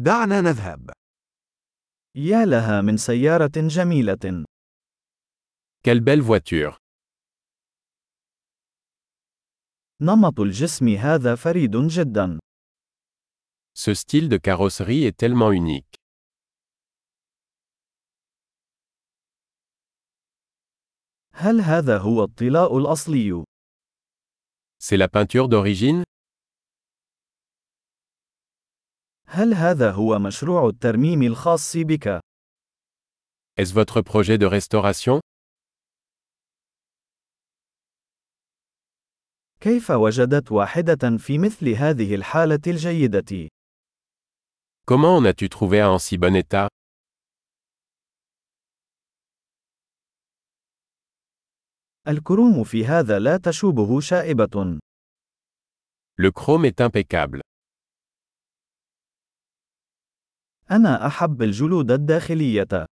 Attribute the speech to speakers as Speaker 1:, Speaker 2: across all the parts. Speaker 1: دعنا نذهب.
Speaker 2: يا لها من سيارة جميلة.
Speaker 3: Quelle belle voiture.
Speaker 2: نمط الجسم هذا فريد جدا.
Speaker 3: Ce style de carrosserie est tellement unique.
Speaker 2: هل هذا هو الطلاء الأصلي؟
Speaker 3: C'est la peinture d'origine
Speaker 2: هل هذا هو مشروع الترميم الخاص بك؟
Speaker 3: Est-ce votre projet de restauration
Speaker 2: كيف وجدت واحدة في مثل هذه الحالة الجيدة؟
Speaker 3: Comment en as-tu trouvé un en si bon état
Speaker 2: الكروم في هذا لا تشوبه شائبة.
Speaker 3: Le chrome est impeccable.
Speaker 2: أنا أحب الجلود الداخلية.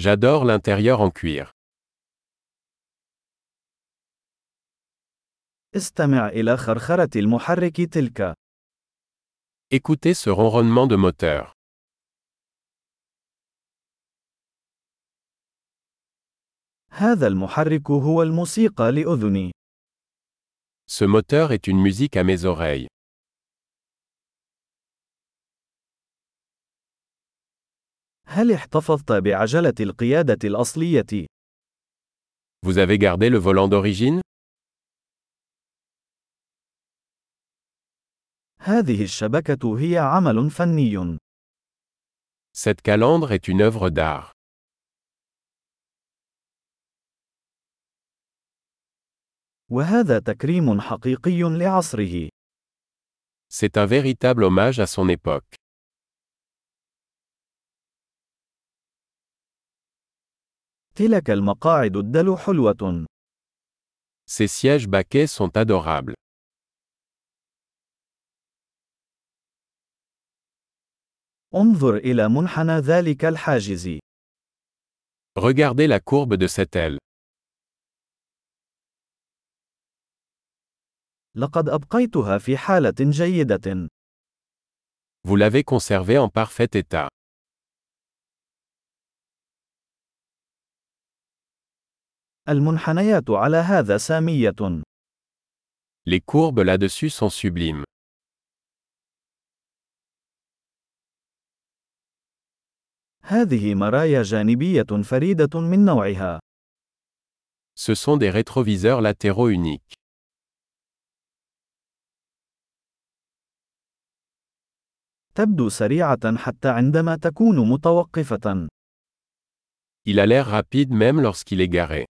Speaker 3: J'adore l'intérieur en cuir.
Speaker 2: استمع إلى خرخرة المحرك تلك.
Speaker 3: Écoutez ce ronronnement de moteur.
Speaker 2: هذا المحرك هو الموسيقى لأذني.
Speaker 3: Ce moteur est une musique à mes oreilles.
Speaker 2: هل احتفظت بعجلة القيادة الأصلية؟
Speaker 3: Vous avez gardé le volant d'origine
Speaker 2: هذه الشبكة هي عمل فني.
Speaker 3: Cette calandre est une œuvre d'art.
Speaker 2: وهذا تكريم حقيقي لعصره.
Speaker 3: C'est un véritable hommage à son époque.
Speaker 2: تلك المقاعد الدلو حلوة.
Speaker 3: Ces sièges baquets sont adorables.
Speaker 2: انظر إلى منحنى ذلك الحاجز.
Speaker 3: Regardez la courbe de cette aile.
Speaker 2: لقد أبقيتها في حالة جيدة.
Speaker 3: Vous l'avez conservée en parfait état.
Speaker 2: المنحنيات على هذا سامية.
Speaker 3: Les courbes là-dessus sont sublimes.
Speaker 2: هذه مرايا جانبية فريدة من نوعها.
Speaker 3: Ce sont des rétroviseurs latéraux uniques.
Speaker 2: تبدو سريعة حتى عندما تكون متوقفة.
Speaker 3: Il a l'air rapide même lorsqu'il est garé.